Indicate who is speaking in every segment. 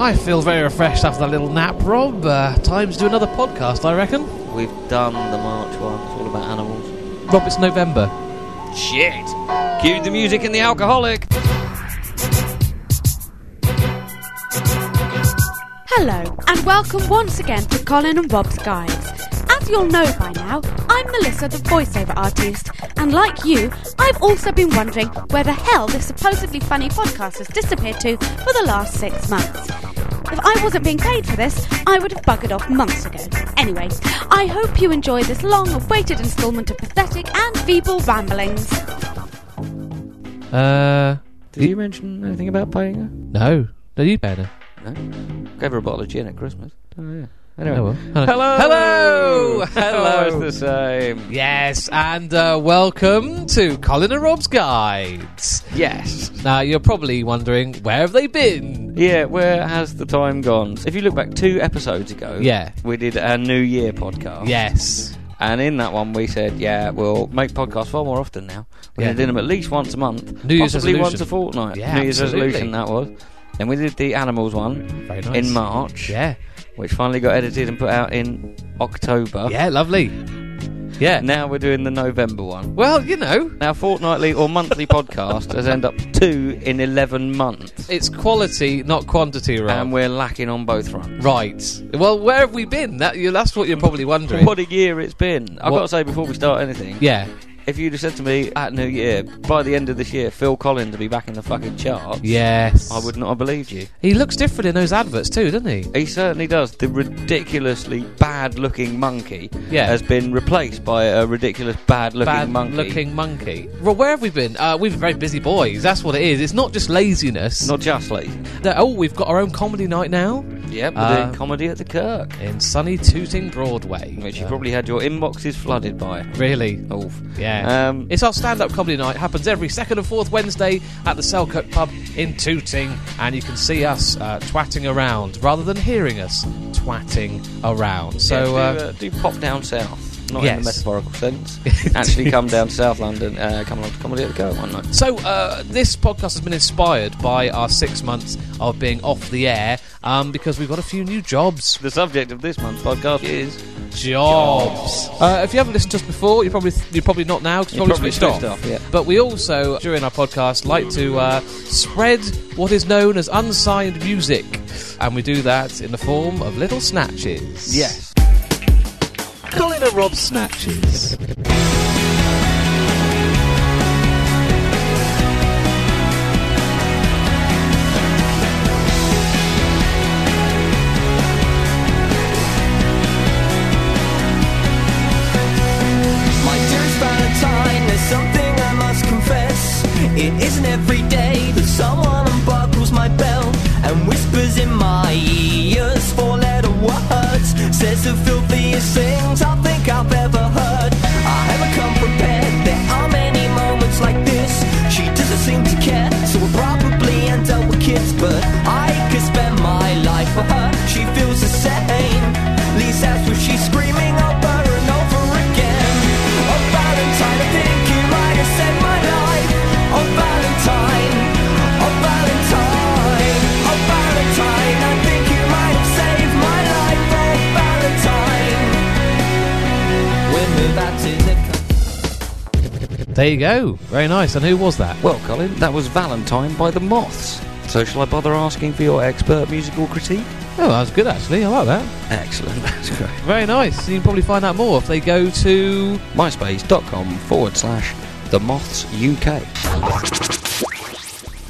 Speaker 1: Oh, I feel very refreshed after that little nap, Rob. Uh, time to do another podcast, I reckon.
Speaker 2: We've done the March one. It's all about animals.
Speaker 1: Rob, it's November.
Speaker 2: Shit! Cue the music and the alcoholic.
Speaker 3: Hello, and welcome once again to Colin and Rob's Guides. As you'll know by now, I'm Melissa, the voiceover artist, and like you, I've also been wondering where the hell this supposedly funny podcast has disappeared to for the last six months. If I wasn't being paid for this, I would have buggered off months ago. Anyway, I hope you enjoy this long awaited instalment of pathetic and feeble ramblings.
Speaker 1: Uh,
Speaker 2: Did you mention anything about Painter?
Speaker 1: no. No, you better.
Speaker 2: No. Gave her a bottle of gin at Christmas. Oh yeah.
Speaker 1: Oh, well.
Speaker 2: Anyway.
Speaker 1: Hello.
Speaker 2: Hello.
Speaker 1: Hello!
Speaker 2: Hello. It's the same.
Speaker 1: Yes, and uh, welcome to Colin and Rob's Guides.
Speaker 2: Yes.
Speaker 1: Now, you're probably wondering, where have they been?
Speaker 2: Yeah, where has the time gone? If you look back two episodes ago,
Speaker 1: Yeah.
Speaker 2: we did our New Year podcast.
Speaker 1: Yes.
Speaker 2: and in that one we said, yeah, we'll make podcasts far more often now. We're
Speaker 1: Yeah.
Speaker 2: going to do them at least once a month,
Speaker 1: New Year's
Speaker 2: possibly
Speaker 1: resolution.
Speaker 2: once a fortnight.
Speaker 1: Yeah,
Speaker 2: New Year's
Speaker 1: absolutely.
Speaker 2: resolution that was. Then we did the animals one
Speaker 1: Very nice.
Speaker 2: in March,
Speaker 1: Yeah.
Speaker 2: which finally got edited and put out in October.
Speaker 1: Yeah, lovely. Yeah.
Speaker 2: Now we're doing the November one.
Speaker 1: well, you know,
Speaker 2: Now, fortnightly or monthly podcast has ended up two in 11 months.
Speaker 1: it's quality, not quantity, Rob.
Speaker 2: And we're lacking on both fronts.
Speaker 1: Right. Well, where have we been? That you, that's what you're probably wondering.
Speaker 2: What a year it's been. I've
Speaker 1: What-
Speaker 2: got to say, before we start anything,
Speaker 1: Yeah.
Speaker 2: if you'd have said to me at New Year, by the end of this year, Phil Collins will be back in the fucking charts,
Speaker 1: Yes.
Speaker 2: I would not have believed you.
Speaker 1: He looks different in those adverts too, doesn't he?
Speaker 2: He certainly does. The ridiculously bad looking monkey
Speaker 1: Yeah.
Speaker 2: has been replaced by a ridiculous bad looking
Speaker 1: Bad
Speaker 2: monkey.
Speaker 1: looking monkey. Well, where have we been? Uh, we've been very busy boys. That's what it is. It's not just laziness.
Speaker 2: Not just lazy.
Speaker 1: That- oh, we've got our own comedy night now
Speaker 2: Yep, we're
Speaker 1: Uh,
Speaker 2: doing comedy at the Kirk,
Speaker 1: in sunny Tooting Broadway.
Speaker 2: which you
Speaker 1: Uh,
Speaker 2: probably had your inboxes flooded by.
Speaker 1: really.
Speaker 2: Oof.
Speaker 1: Yeah.
Speaker 2: Um,
Speaker 1: it's our stand up comedy night. happens every second and fourth Wednesday at the Selkirk Pub in Tooting. And you can see us uh, twatting around rather than hearing us twatting around. So,
Speaker 2: yeah,
Speaker 1: uh,
Speaker 2: do, uh, do pop down south, not in
Speaker 1: Yes.
Speaker 2: the metaphorical sense. Actually, come down to South London. Uh, come along to comedy at the Kirk one night.
Speaker 1: So uh, this podcast has been inspired by our six months of being off the air um, because we've got a few new jobs.
Speaker 2: The subject of this month's podcast is
Speaker 1: Jobs. Uh, if you haven't listened to us before, you're probably you're probably not now because
Speaker 2: You
Speaker 1: you're probably,
Speaker 2: probably
Speaker 1: switched off.
Speaker 2: switched off, yeah.
Speaker 1: But we also during our podcast like to uh, spread what is known as unsigned music, and we do that in the form of little snatches.
Speaker 2: yes.
Speaker 1: Colin and Rob snatches.
Speaker 4: My dearest Valentine, there's something I must confess. It isn't every day that someone unbuckles my belt and whispers in my ears four letter words. Says the filthiest things I think I've ever heard. I haven't come prepared, there are many moments like this. She doesn't seem to care, so we'll probably end up with kids. But I could spend my life for her, she feels the same. At least that's what she's screaming over and over again. On Valentine, I think you might have saved my life. On Valentine, on Valentine, on Valentine, I think you might have saved my life. On Valentine, we'll move out to the.
Speaker 1: There you go. Very nice. And who was that?
Speaker 2: Well, Colin, that was Valentine by the Moths. So shall I bother asking for your expert musical critique?
Speaker 1: Oh, that was good actually. I like that.
Speaker 2: Excellent, that's great.
Speaker 1: Very nice. You can probably find out more if they go to.
Speaker 2: MySpace.com forward slash the Moths UK.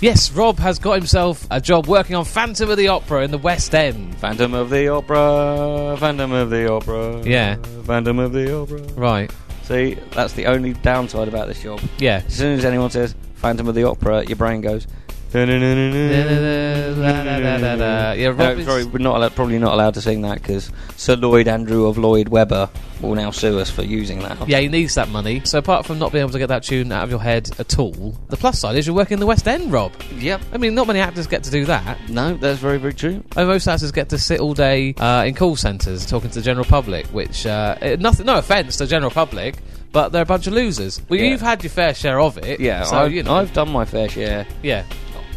Speaker 1: Yes, Rob has got himself a job working on Phantom of the Opera in the West End.
Speaker 2: Phantom of the Opera, Phantom of the Opera.
Speaker 1: Yeah.
Speaker 2: Phantom of the Opera.
Speaker 1: Right.
Speaker 2: See, that's the only downside about this job.
Speaker 1: Yeah.
Speaker 2: As soon as anyone says Phantom of the Opera, your brain goes. Yeah,
Speaker 1: Yeah, Rob
Speaker 2: no,
Speaker 1: is-
Speaker 2: sorry, we're not allowed, probably not allowed to sing that because Sir Lloyd Andrew of Lloyd Webber will now sue us for using that.
Speaker 1: Yeah, he needs that money. So apart from not being able to get that tune out of your head at all, the plus side is you're working in the West End, Rob.
Speaker 2: Yep.
Speaker 1: I mean, not many actors get to do that.
Speaker 2: No, that's very, very true.
Speaker 1: I mean, most actors get to sit all day uh, in call centres talking to the general public, which uh, eh, nothing. No offence to the general public, but they're a bunch of losers. Well,
Speaker 2: Yeah.
Speaker 1: you've had your fair share of it.
Speaker 2: Yeah,
Speaker 1: So
Speaker 2: I've,
Speaker 1: you know.
Speaker 2: I've done my fair share.
Speaker 1: Yeah.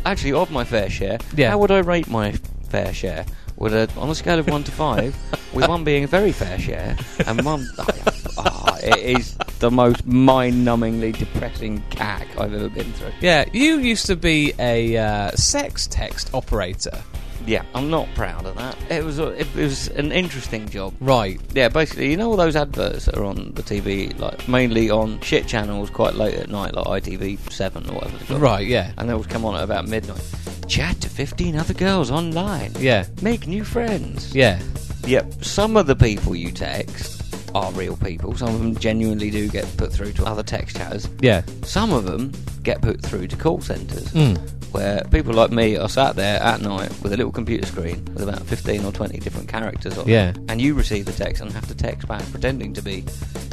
Speaker 2: Actually, of my fair share.
Speaker 1: Yeah.
Speaker 2: How would I rate my fair share. With a, on a scale of one to five, with one being a very fair share, and one, Ah, it is the most mind-numbingly depressing cack I've ever been through.
Speaker 1: Yeah, you used to be a uh, sex text operator.
Speaker 2: Yeah, I'm not proud of that. It was a, it, was an interesting job.
Speaker 1: Right.
Speaker 2: Yeah, basically, you know all those adverts that are on the TV, like mainly on shit channels, quite late at night, like ITV Seven or whatever. They're called?
Speaker 1: Right, yeah.
Speaker 2: And they would come on at about midnight. Chat to 15 other girls online.
Speaker 1: Yeah.
Speaker 2: Make new friends.
Speaker 1: Yeah.
Speaker 2: Yep. Some of the people you text are real people. Some of them genuinely do get put through to other text chatters.
Speaker 1: Yeah.
Speaker 2: Some of them get put through to call centres,
Speaker 1: Mm.
Speaker 2: where people like me are sat there at night with a little computer screen with about 15 or 20 different characters on it.
Speaker 1: Yeah.
Speaker 2: And you receive the text and have to text back pretending to be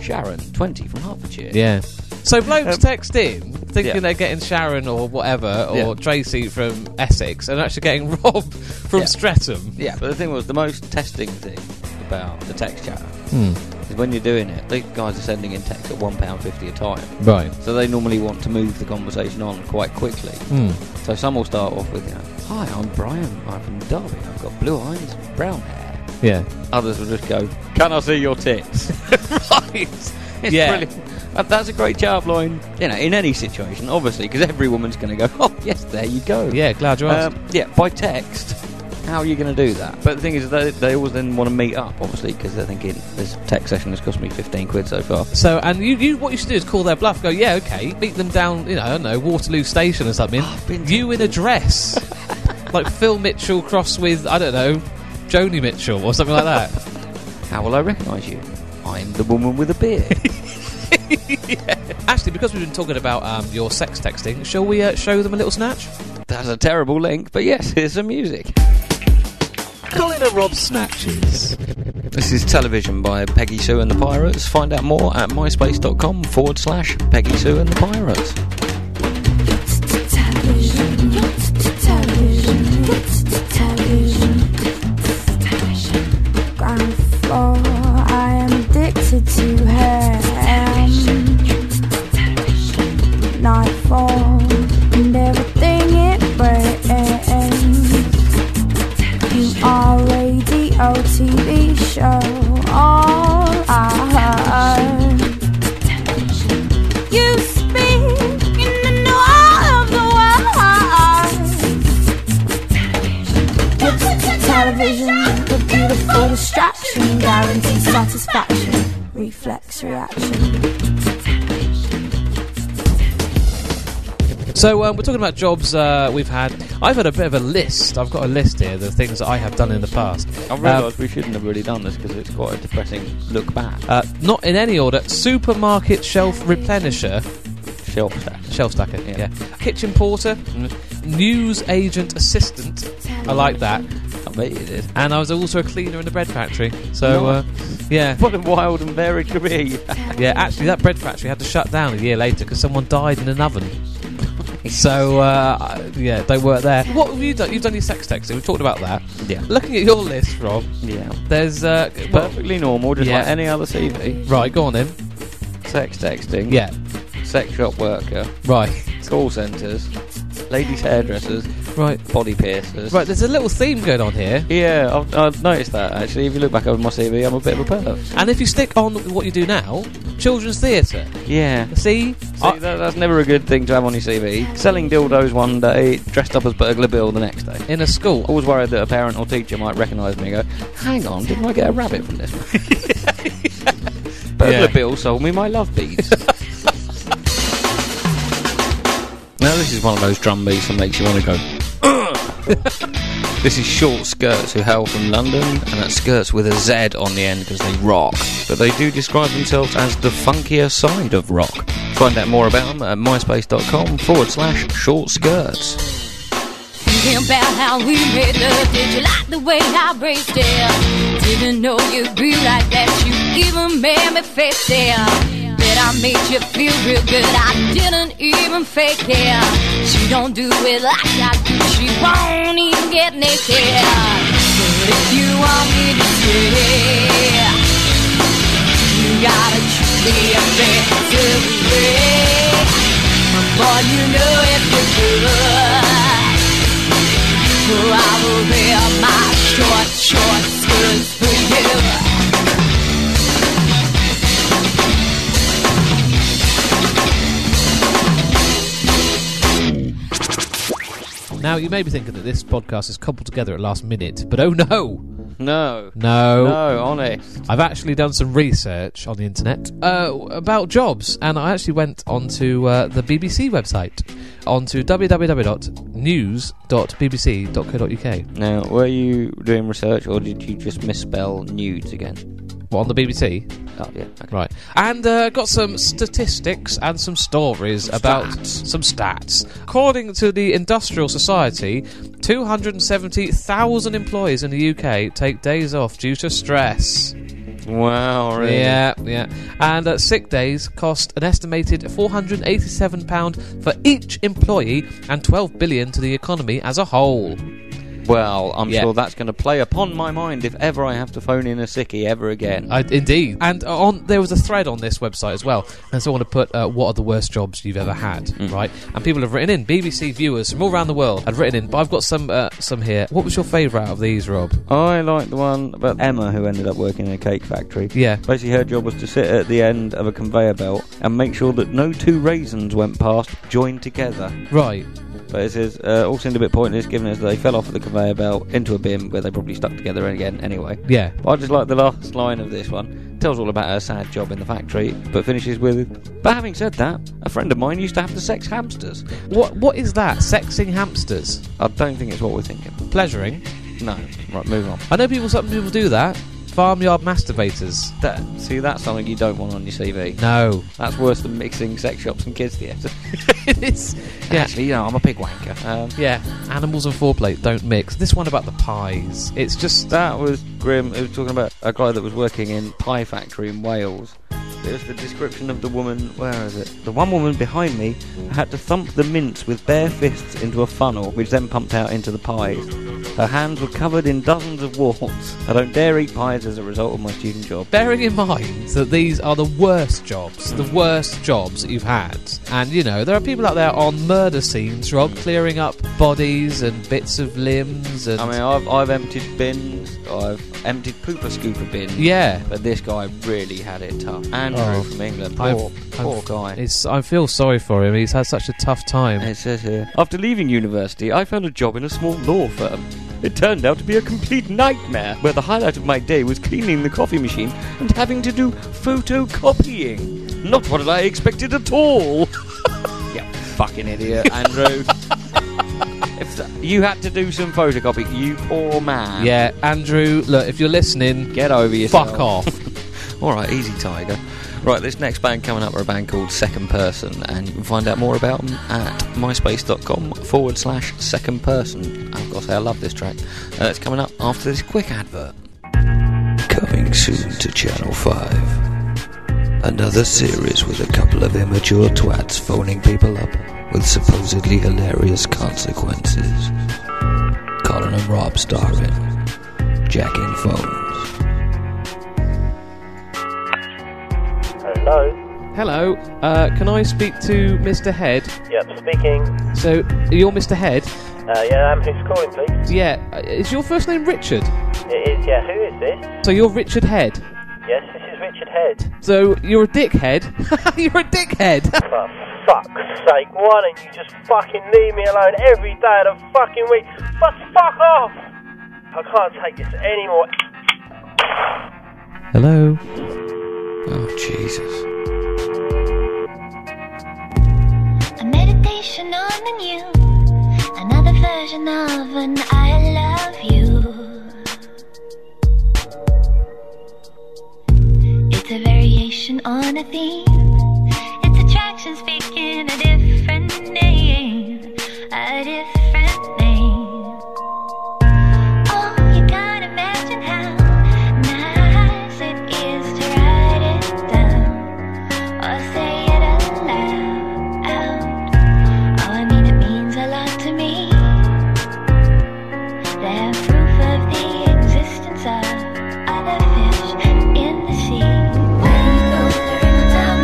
Speaker 2: Sharon, 20 from Hertfordshire.
Speaker 1: Yeah. So blokes
Speaker 2: Um,
Speaker 1: text in thinking
Speaker 2: yeah.
Speaker 1: they're getting Sharon or whatever or
Speaker 2: Yeah.
Speaker 1: Tracy from Essex and actually getting Rob from
Speaker 2: Yeah.
Speaker 1: Streatham.
Speaker 2: Yeah, but the thing was, the most testing thing about the text chatter
Speaker 1: Hmm.
Speaker 2: is when you're doing it, these guys are sending in text at £1.50 a time.
Speaker 1: Right.
Speaker 2: So they normally want to move the conversation on quite quickly.
Speaker 1: Hmm.
Speaker 2: So some will start off with, you know, Hi, I'm Brian, I'm from Derby, I've got blue eyes and brown hair.
Speaker 1: Yeah.
Speaker 2: Others will just go, Can I see your tits? it's it's
Speaker 1: Yeah.
Speaker 2: brilliant. That- That's a great chart line, you know, in any situation, obviously, because every woman's going to go, Oh, yes, there you go.
Speaker 1: Yeah, glad you asked.
Speaker 2: Um, yeah, by text. How are you going to do that? But the thing is, they, they always then want to meet up, obviously, because they're thinking this text session has cost me 15 quid so far.
Speaker 1: so and you, you what you should do is call their bluff, go, yeah, okay, meet them down, you know, I don't know, Waterloo Station or something.
Speaker 2: I've been
Speaker 1: you in a
Speaker 2: tempted.
Speaker 1: dress. like Phil Mitchell cross with, I don't know, Joni Mitchell or something like that.
Speaker 2: How will I recognise you? I'm the woman with a beard.
Speaker 1: actually, because we've been talking about um, your sex texting, shall we uh, show them a little snatch?
Speaker 2: That's a terrible link, but yes, here's some music.
Speaker 1: Colin and Rob snatches.
Speaker 2: This is Television by Peggy Sue and the Pirates. Find out more at myspace.com forward slash Peggy Sue and the Pirates.
Speaker 5: Television, television, television, television. Ground floor, I am addicted to him. Nightfall, and everything it brings. You are radio, TV show, all I heard. You speak in the all of the world. Television, television, the beautiful distraction, guaranteed satisfaction, reflex reaction.
Speaker 1: So um, we're talking about jobs uh, we've had. I've had a bit of a list. I've got a list here, the things that I have done in the past.
Speaker 2: I
Speaker 1: Um,
Speaker 2: realised we shouldn't have really done this because it's quite a depressing look back.
Speaker 1: uh, not in any order. Supermarket shelf replenisher,
Speaker 2: Shelf stack.
Speaker 1: shelf stacker, yeah.
Speaker 2: Yeah.
Speaker 1: Kitchen porter, news agent assistant. I like that.
Speaker 2: I bet you did.
Speaker 1: And I was also a cleaner in the bread factory. So uh, yeah,
Speaker 2: What a wild and varied career you had.
Speaker 1: yeah. Actually, that bread factory had to shut down a year later because someone died in an oven. So uh, yeah, don't work there. What have you done? You've done your sex texting. We've talked about that.
Speaker 2: Yeah.
Speaker 1: Looking at your list, Rob.
Speaker 2: Yeah.
Speaker 1: There's uh, well,
Speaker 2: Perfectly normal, just
Speaker 1: Yeah.
Speaker 2: like any other CV.
Speaker 1: right. Go on then.
Speaker 2: Sex texting.
Speaker 1: Yeah,
Speaker 2: Sex shop worker.
Speaker 1: right,
Speaker 2: Call centres. Ladies hairdressers.
Speaker 1: right,
Speaker 2: Body piercers.
Speaker 1: right. There's a little theme going on here,
Speaker 2: Yeah, I've, I've noticed that actually. If you look back over my CV, I'm a bit of a perv.
Speaker 1: and if you stick on with what you do now, children's theatre.
Speaker 2: Yeah.
Speaker 1: See,
Speaker 2: See,
Speaker 1: I-
Speaker 2: that, that's never a good thing to have on your CV. Selling dildos one day, dressed up as Burglar Bill the next day.
Speaker 1: in a school.
Speaker 2: Always worried that a parent or teacher might recognise me and go, hang on, didn't I get a rabbit from this? Burglar
Speaker 1: Yeah.
Speaker 2: Bill sold me my love beads. now this is one of those drum beats that makes you want to go, "Ugh." This is Short Skirts who hail from London, and that's skirts with a Z on the end because they rock. But they do describe themselves as the funkier side of rock. Find out more about them at myspace.com forward slash short skirts.
Speaker 6: Thinking about how we made love. Did you like the way I raised it? Didn't know you'd be like that. You even made me face it. That I made you feel real good. I didn't even fake it. She don't do it like I do. She won't even get naked. But if you want me to stay, you gotta treat me a better way. Boy, you know if you could. sure I will wear my short, short skirts for you.
Speaker 1: Now, you may be thinking that this podcast is cobbled together at last minute, but oh no!
Speaker 2: No.
Speaker 1: No.
Speaker 2: No, honest.
Speaker 1: I've actually done some research on the internet uh, about jobs, and I actually went onto uh, the BBC website, onto www.news.bbc.co.uk.
Speaker 2: Now, were you doing research or did you just misspell nudes again?
Speaker 1: What, on the BBC?
Speaker 2: Oh, yeah. Okay.
Speaker 1: Right. And uh, got some statistics and some stories about
Speaker 2: stats.
Speaker 1: some stats. According to the Industrial Society, 270,000 employees in the UK take days off due to stress.
Speaker 2: Wow, really?
Speaker 1: Yeah, yeah. And uh, sick days cost an estimated £487 for each employee and 12 billion to the economy as a whole.
Speaker 2: Well, I'm
Speaker 1: Yeah.
Speaker 2: sure that's going to play upon my mind if ever I have to phone in a sickie ever again.
Speaker 1: I, indeed. And uh, on there was a thread on this website as well. And so I want to put uh, what are the worst jobs you've ever had, right? And people have written in. BBC viewers from all around the world had written in. But I've got some uh, some here. What was your favourite out of these, Rob?
Speaker 2: I like the one about Emma who ended up working in a cake factory.
Speaker 1: Yeah.
Speaker 2: Basically, her job was to sit at the end of a conveyor belt and make sure that no two raisins went past joined together.
Speaker 1: Right.
Speaker 2: But it says, uh, all seemed a bit pointless given as they fell off of the conveyor belt into a bin where they probably stuck together again anyway.
Speaker 1: Yeah.
Speaker 2: But I just like the last line of this one. Tells all about her sad job in the factory, but finishes with, But having said that, a friend of mine used to have to sex hamsters.
Speaker 1: What What is that? Sexing hamsters,
Speaker 2: I don't think it's what we're thinking.
Speaker 1: pleasuring.
Speaker 2: No. Right, move on.
Speaker 1: I know people. Some people do that. Farmyard masturbators.
Speaker 2: That, see, that's something you don't want on your CV.
Speaker 1: No.
Speaker 2: That's worse than mixing sex shops and kids theatre.
Speaker 1: it is. Yeah.
Speaker 2: Actually, you know, I'm a pig wanker. Um,
Speaker 1: Yeah, animals and foreplay don't mix. This one about the pies. It's just uh,
Speaker 2: That was grim. It was talking about a guy that was working in pie factory in Wales. It was the description of the woman. Where is it? The one woman behind me had to thump the mince with bare fists into a funnel, which then pumped out into the pies. Her hands were covered in dozens of warts. I don't dare eat pies as a result of my student job.
Speaker 1: bearing in mind that these are the worst jobs, the worst jobs that you've had. And you know, there are people out there on murder scenes, Rob, clearing up bodies and bits of limbs and
Speaker 2: I mean, I've, I've emptied bins. I've emptied pooper scooper bins.
Speaker 1: yeah.
Speaker 2: But this guy really had it tough. Andrew
Speaker 1: Oh.
Speaker 2: from England.
Speaker 1: I've-
Speaker 2: Poor, poor guy.
Speaker 1: It's I feel sorry for him. He's had such a tough time.
Speaker 2: It says here After leaving university, I found a job in a small law firm. It turned out to be a complete nightmare, where the highlight of my day was cleaning the coffee machine and having to do photocopying. Not what I expected at all. yeah, fucking idiot, Andrew. if th- you had to do some photocopying, you poor man.
Speaker 1: Yeah, Andrew, look, if you're listening,
Speaker 2: Get over yourself.
Speaker 1: fuck off.
Speaker 2: All right, easy tiger. Right, this next band coming up are a band called Second Person, and you can find out more about them at myspace.com forward slash second person. I've got to say, I love this track. Uh, it's coming up after this quick advert.
Speaker 7: Coming soon to Channel 5. Another series with a couple of immature twats phoning people up with supposedly hilarious consequences. Colin and Rob starring. Jacking phones.
Speaker 8: Hello.
Speaker 1: Hello, uh, can I speak to Mr. Head?
Speaker 8: Yep, speaking.
Speaker 1: So, you're Mr. Head?
Speaker 8: Uh, yeah, um, who's calling, please?
Speaker 1: Yeah, uh, is your first name Richard?
Speaker 8: It is, yeah, who is this?
Speaker 1: So you're Richard Head.
Speaker 8: Yes, this is Richard Head.
Speaker 1: So you're a dickhead. you're a dickhead.
Speaker 8: For fuck's sake, why don't you just fucking leave me alone every day of the fucking week? But fuck off! I can't take this anymore.
Speaker 1: Hello.
Speaker 2: Oh, Jesus.
Speaker 9: A meditation on the new, another version of an I love you. It's a variation on a theme. It's attraction speaking a different name, a different name. Oh, you can't imagine how nice it is to write it down or say it aloud. All I mean, it means a lot to me. They're proof of the existence of other fish in the sea. When the river down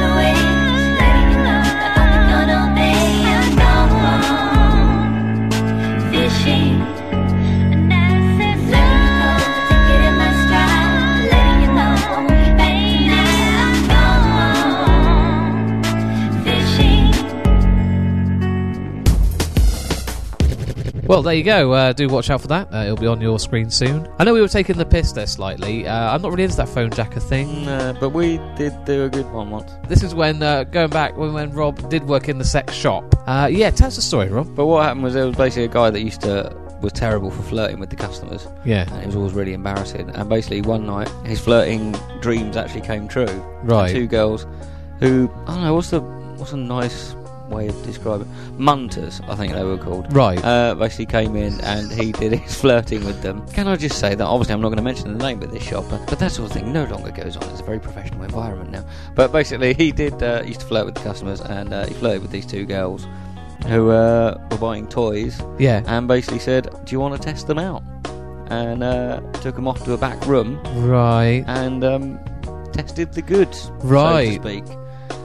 Speaker 1: Well, there you go. Uh, do watch out for that. Uh, it'll be on your screen soon. I know we were taking the piss there slightly. Uh, I'm not really into that phone jacker thing.
Speaker 2: No, but we did do a good one once.
Speaker 1: This is when, uh, going back, when, when Rob did work in the sex shop. Uh, yeah, tell us the story, Rob.
Speaker 2: But what happened was there was basically a guy that used to was terrible for flirting with the customers,
Speaker 1: Yeah.
Speaker 2: and it was always really embarrassing. And basically, one night his flirting dreams actually came true.
Speaker 1: Right.
Speaker 2: two girls who I don't know what's the what's a nice way of describing munters, I think they were called.
Speaker 1: Right.
Speaker 2: Uh, basically came in and he did his flirting with them. Can I just say that obviously I'm not going to mention the name of this shop, but, but that sort of thing no longer goes on. It's a very professional environment now. But basically, he did uh, used to flirt with the customers and uh, he flirted with these two girls who uh, were buying toys
Speaker 1: yeah.
Speaker 2: and basically said, "Do you want to test them out?" And uh, took them off to a back room
Speaker 1: Right.
Speaker 2: and um, tested the goods,
Speaker 1: Right.
Speaker 2: so to speak.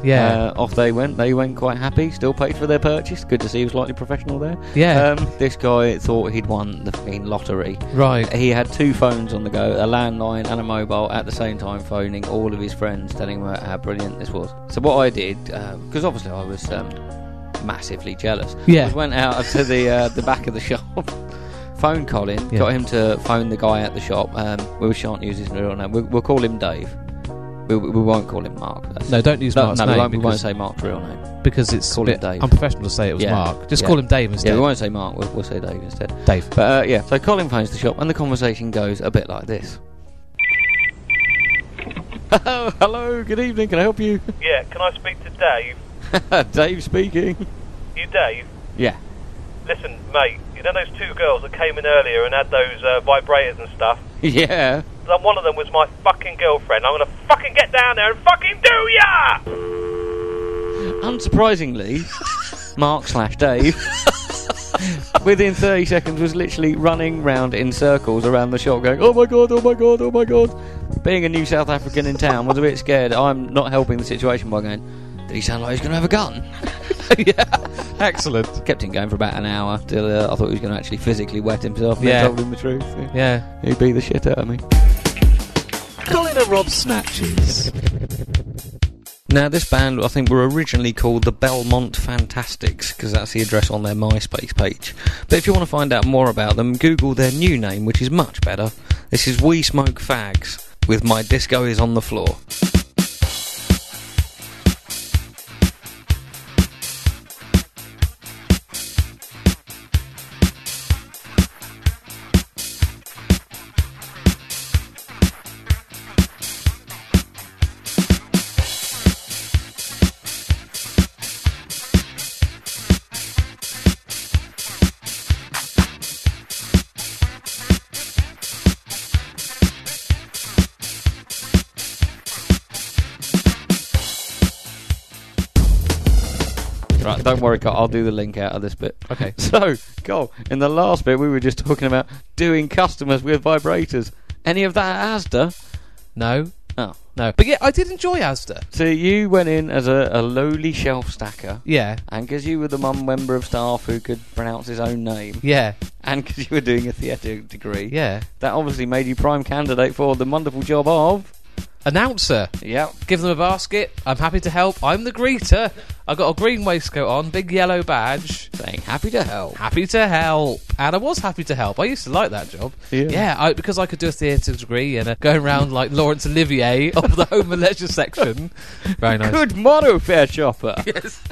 Speaker 1: Yeah.
Speaker 2: Uh, off they went. They went quite happy. Still paid for their purchase. Good to see he was slightly professional there.
Speaker 1: Yeah.
Speaker 2: Um, this guy thought he'd won the fucking lottery.
Speaker 1: right.
Speaker 2: He had two phones on the go, a landline and a mobile, at the same time, phoning all of his friends, telling them how brilliant this was. So what I did, because obviously I was um, massively jealous,
Speaker 1: Yeah.
Speaker 2: I went out to the uh, the back of the shop. Phone Colin,
Speaker 1: Yeah.
Speaker 2: got him to phone the guy at the shop. Um, we shan't use his real name. We'll, we'll call him Dave. We, we won't call him Mark. That's-
Speaker 1: No, don't use
Speaker 2: no,
Speaker 1: Mark's
Speaker 2: no,
Speaker 1: name
Speaker 2: we, won't, we won't
Speaker 1: because,
Speaker 2: say Mark's real name.
Speaker 1: because it's
Speaker 2: call
Speaker 1: a
Speaker 2: him
Speaker 1: bit
Speaker 2: Dave.
Speaker 1: unprofessional to say it was
Speaker 2: Yeah.
Speaker 1: Mark. Just
Speaker 2: Yeah.
Speaker 1: call him Dave instead.
Speaker 2: Yeah, we won't say Mark. We'll, we'll say Dave instead.
Speaker 1: Dave.
Speaker 2: But uh, yeah, so Colin phones the shop, and the conversation goes a bit like this. Oh, hello, good evening. Can I help you?
Speaker 8: Yeah, can I speak to Dave?
Speaker 2: Dave speaking.
Speaker 8: You, Dave?
Speaker 2: Yeah.
Speaker 8: Listen, mate, you know those two girls that came in earlier and had those uh, vibrators and stuff?
Speaker 2: Yeah.
Speaker 8: Then one of them was my fucking girlfriend. I'm gonna fucking get down there and fucking do ya!
Speaker 2: Unsurprisingly, Mark slash Dave, within 30 seconds, was literally running round in circles around the shop, going, "Oh my god! Oh my god! Oh my god!" Being a new South African in town, was a bit scared. I'm not helping the situation by going, "Did he sound like he's going to have a gun?" uh,
Speaker 1: Excellent.
Speaker 2: Kept him going for about an hour till uh, I thought he was going to actually physically wet himself. And
Speaker 1: Yeah.
Speaker 2: then told him the truth. Yeah.
Speaker 1: Yeah.
Speaker 2: He beat the shit out of me.
Speaker 1: Colin and Rob snatches.
Speaker 2: Now, this band, I think, were originally called the Belmont Fantastics, because that's the address on their MySpace page. But if you want to find out more about them, Google their new name, which is much better. This is We Smoke Fags, with My Disco Is On The Floor. Right, don't worry, Carl, I'll do the link out of this bit.
Speaker 1: Okay.
Speaker 2: So, Carl, in the last bit, we were just talking about doing customers with vibrators. Any of that at Asda?
Speaker 1: No.
Speaker 2: Oh.
Speaker 1: No. But yeah, I did enjoy Asda.
Speaker 2: So you went in as a, a lowly shelf stacker,
Speaker 1: Yeah.
Speaker 2: and because you were the one member of staff who could pronounce his own name,
Speaker 1: Yeah.
Speaker 2: and because you were doing a theatre degree,
Speaker 1: Yeah.
Speaker 2: that obviously made you prime candidate for the wonderful job of.
Speaker 1: Announcer.
Speaker 2: Yep.
Speaker 1: Give them a basket. I'm happy to help. I'm the greeter. I got a green waistcoat on, big yellow badge.
Speaker 2: Saying happy to help.
Speaker 1: Happy to help, and I was happy to help. I used to like that job.
Speaker 2: Yeah.
Speaker 1: I, because I could do a theatre degree and uh, going around like Laurence Olivier of the home and leisure section. Very nice.
Speaker 2: Good motto, fair shopper.
Speaker 1: Yes.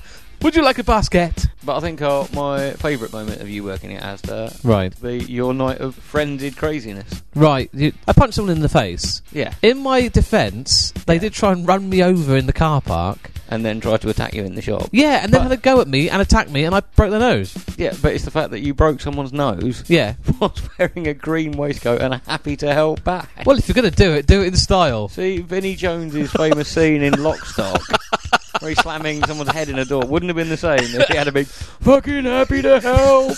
Speaker 1: Would you like a basket?
Speaker 2: But I think uh, my favourite moment of you working at Asda
Speaker 1: Right,
Speaker 2: would be your night of frenzied craziness.
Speaker 1: right. You, I punched someone in the face.
Speaker 2: Yeah.
Speaker 1: In my defence, they
Speaker 2: Yeah.
Speaker 1: did try and run me over in the car park.
Speaker 2: And then tried to attack you in the shop.
Speaker 1: Yeah, and then
Speaker 2: But-
Speaker 1: had a go at me and attacked me, and I broke their nose.
Speaker 2: Yeah, but it's the fact that you broke someone's nose
Speaker 1: Yeah.
Speaker 2: whilst wearing a green waistcoat and a happy to help back.
Speaker 1: Well, if you're going to do it, do it in style.
Speaker 2: See, Vinnie Jones's famous scene in Lockstock, where he's slamming someone's head in a door, wouldn't have been the same if he had a big "fucking happy to help"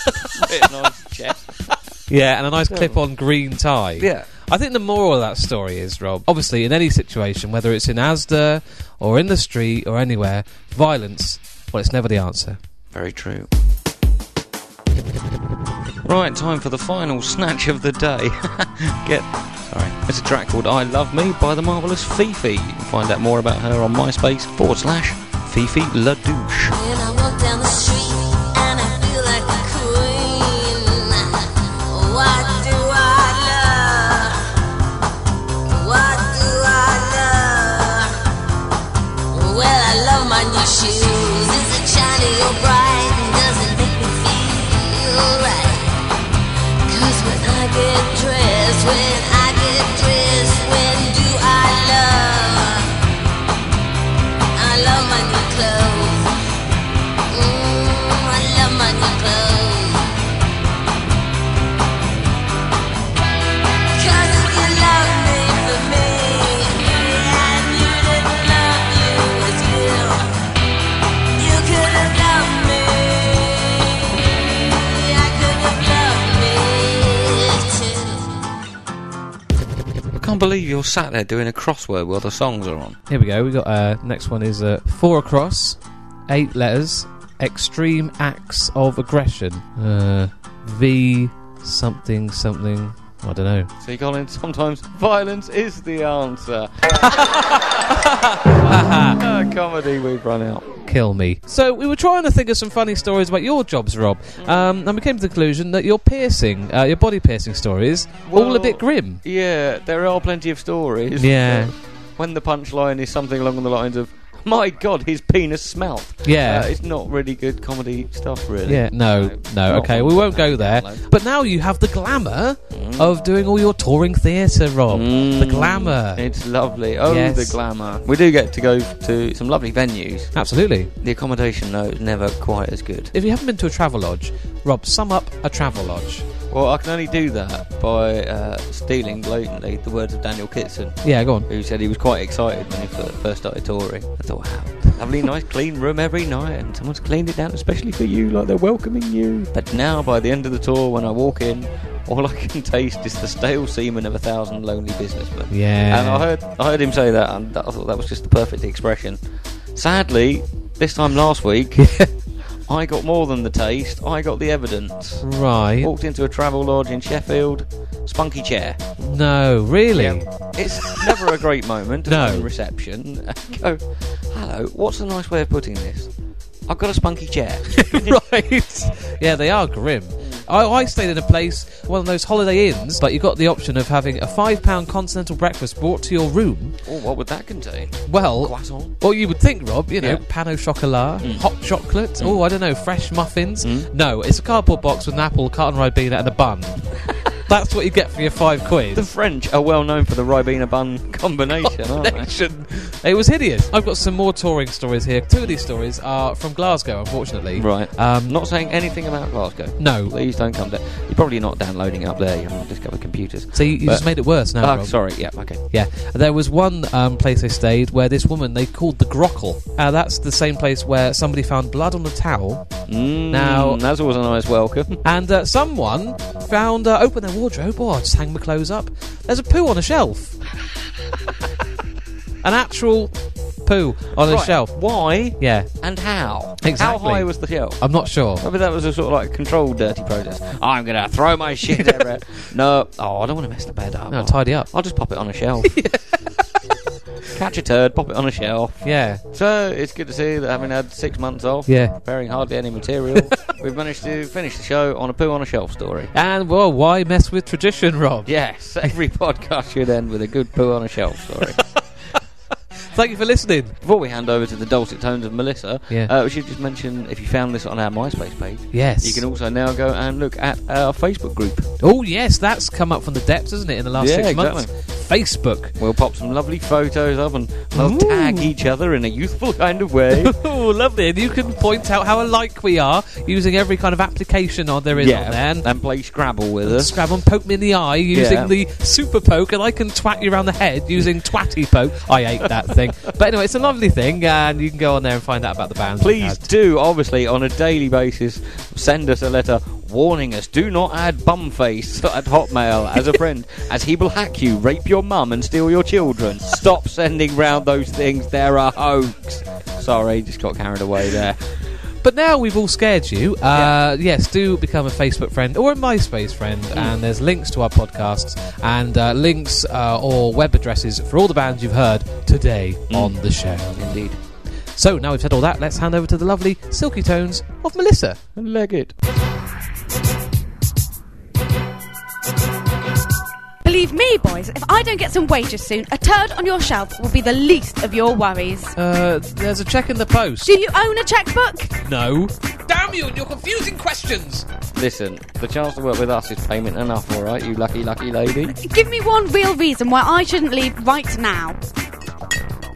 Speaker 2: written on his chest.
Speaker 1: Yeah, and a nice clip-on green tie.
Speaker 2: Yeah,
Speaker 1: I think the moral of that story is, Rob, obviously in any situation, whether it's in Asda or in the street or anywhere, violence, well, it's never the answer.
Speaker 2: very true. Right, time for the final snatch of the day. Get sorry, it's a track called "I Love Me" by the marvelous Fifi. You can find out more about her on MySpace forward slash Fifi La Douche.
Speaker 10: When I walk down the street and I feel like a queen.
Speaker 2: can't believe you're sat there doing a crossword while the songs are on.
Speaker 1: Here we go. We got uh, next one is uh, four across, eight letters, extreme acts of aggression. Uh, v something something. I don't know.
Speaker 2: See, Colin, sometimes violence is the answer. comedy, we've run out.
Speaker 1: Kill me. So we were trying to think of some funny stories about your jobs, Rob,
Speaker 2: Mm.
Speaker 1: um, and we came to the conclusion that your piercing, uh, your body piercing stories, all a
Speaker 2: Well-
Speaker 1: bit grim.
Speaker 2: Yeah, there are plenty of stories.
Speaker 1: Yeah.
Speaker 2: but When the punchline is something along the lines of, my god, his penis smelt.
Speaker 1: Yeah.
Speaker 2: Uh, it's not really good comedy stuff, really.
Speaker 1: Yeah, no, no,
Speaker 2: Not
Speaker 1: okay,
Speaker 2: fun
Speaker 1: we
Speaker 2: for
Speaker 1: won't
Speaker 2: that,
Speaker 1: go there.
Speaker 2: no.
Speaker 1: But now you have the glamour of doing all your touring theatre, Rob. The
Speaker 2: Mm.
Speaker 1: glamour.
Speaker 2: It's lovely. Oh,
Speaker 1: Yes.
Speaker 2: the glamour. We do get to go to some lovely venues.
Speaker 1: Absolutely.
Speaker 2: The accommodation, though, is never quite as good.
Speaker 1: If you haven't been to a travel lodge, Rob, sum up a travel lodge.
Speaker 2: Well, I can only do that by uh, stealing blatantly the words of Daniel Kitson.
Speaker 1: Yeah, go on.
Speaker 2: Who said he was quite excited when he fir- first started touring? I thought, wow, lovely, nice, clean room every night, and someone's cleaned it down especially for you, like they're welcoming you. But now, by the end of the tour, when I walk in, all I can taste is the stale semen of a thousand lonely businessmen.
Speaker 1: Yeah.
Speaker 2: And I heard, I heard him say that, and I thought that was just the perfect expression. Sadly, this time last week, I got more than the taste. I got the evidence.
Speaker 1: Right.
Speaker 2: Walked into a travel lodge in Sheffield, spunky chair.
Speaker 1: No, really?
Speaker 2: Yeah. It's never a great moment to
Speaker 1: No.
Speaker 2: no. reception. and Go, hello, what's a nice way of putting this? I've got a spunky chair.
Speaker 1: right. Yeah, they are grim. I, I stayed in a place, one of those holiday inns, but you got the option of having a £5 continental breakfast brought to your room.
Speaker 2: oh, what would that contain?
Speaker 1: Well,
Speaker 2: Croissant?
Speaker 1: Well, you would think, Rob, you know,
Speaker 2: Yeah. Mm.
Speaker 1: pan au chocolat, hot chocolate, oh, I don't know, fresh muffins. No, it's a cardboard box with an apple, carton ribena, and a bun. That's what you get for your five quid.
Speaker 2: The French are well known for the Ribena bun combination,
Speaker 1: Oh,
Speaker 2: aren't they?
Speaker 1: It was hideous. I've got some more touring stories here. Two of these stories are from Glasgow, unfortunately.
Speaker 2: Right.
Speaker 1: Um,
Speaker 2: Not saying anything about Glasgow.
Speaker 1: no.
Speaker 2: Please don't come down. You're probably not downloading it up there. You haven't discovered computers.
Speaker 1: So you, you
Speaker 2: But-
Speaker 1: just made it worse now.
Speaker 2: Ah,
Speaker 1: Rob.
Speaker 2: sorry. Yeah. Okay.
Speaker 1: Yeah, there was one um, place I stayed where this woman they called the Grockle. Uh, that's the same place where somebody found blood on a towel,
Speaker 2: Mm,
Speaker 1: Now-
Speaker 2: that's always a nice welcome.
Speaker 1: and uh, someone found uh, opened their wardrobe. Oh, I just hang my clothes up. There's a poo on a shelf. An actual poo on a
Speaker 2: Right,
Speaker 1: shelf.
Speaker 2: Why
Speaker 1: Yeah,
Speaker 2: and how? How
Speaker 1: Exactly.
Speaker 2: high was the shelf?
Speaker 1: I'm not sure.
Speaker 2: Maybe that was a sort of like controlled dirty protest. I'm gonna throw my shit everywhere. No, oh, I don't want to mess the bed up.
Speaker 1: No, tidy up.
Speaker 2: I'll just pop it on a shelf. Catch a turd, pop it on a shelf.
Speaker 1: Yeah,
Speaker 2: So it's good to see that having had six months off,
Speaker 1: Yeah.
Speaker 2: preparing hardly any material, we've managed to finish the show on a poo on a shelf story.
Speaker 1: and well, why mess with tradition, Rob?
Speaker 2: Yes, every podcast should end with a good poo on a shelf story.
Speaker 1: Thank you for listening.
Speaker 2: Before we hand over to the dulcet tones of Melissa,
Speaker 1: Yeah.
Speaker 2: uh, we should just mention if you found this on our MySpace page,
Speaker 1: Yes.
Speaker 2: you can also now go and look at our Facebook group.
Speaker 1: oh yes, that's come up from the depths, isn't it? In the last
Speaker 2: Yeah,
Speaker 1: six months.
Speaker 2: exactly.
Speaker 1: Facebook.
Speaker 2: We'll pop some lovely photos up and we'll tag each other in a youthful kind of way.
Speaker 1: Oh, lovely. And you can point out how alike we are using every kind of application on there is on there. And
Speaker 2: and play Scrabble with us.
Speaker 1: Scrab and poke me in the eye using
Speaker 2: Yeah.
Speaker 1: the super poke, and I can twat you around the head using twatty poke. I hate that thing. But anyway, it's a lovely thing, and you can go on there and find out about the band.
Speaker 2: Please do, obviously, on a daily basis, send us a letter warning us do not add bumface at Hotmail as a friend, as he will hack you, rape your mum, and steal your children. Stop sending round those things, they're a hoax. Sorry, just got carried away there.
Speaker 1: But now we've all scared you. Uh, Yes, do become a Facebook friend or a MySpace friend, and there's links to our podcasts and uh, links uh, or web addresses for all the bands you've heard today on the show.
Speaker 2: Indeed.
Speaker 1: So now we've said all that, let's hand over to the lovely silky tones of Melissa.
Speaker 2: Leg it.
Speaker 3: Believe me, boys, if I don't get some wages soon, a turd on your shelf will be the least of your worries.
Speaker 1: Uh, there's a check in the post.
Speaker 3: Do you own a checkbook?
Speaker 1: no. Damn you and your confusing questions!
Speaker 2: Listen, the chance to work with us is payment enough, alright, you lucky, lucky lady? Do
Speaker 3: Give me one real reason why I shouldn't leave right now.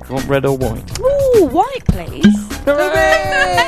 Speaker 2: you want red or white?
Speaker 3: Ooh, why, please?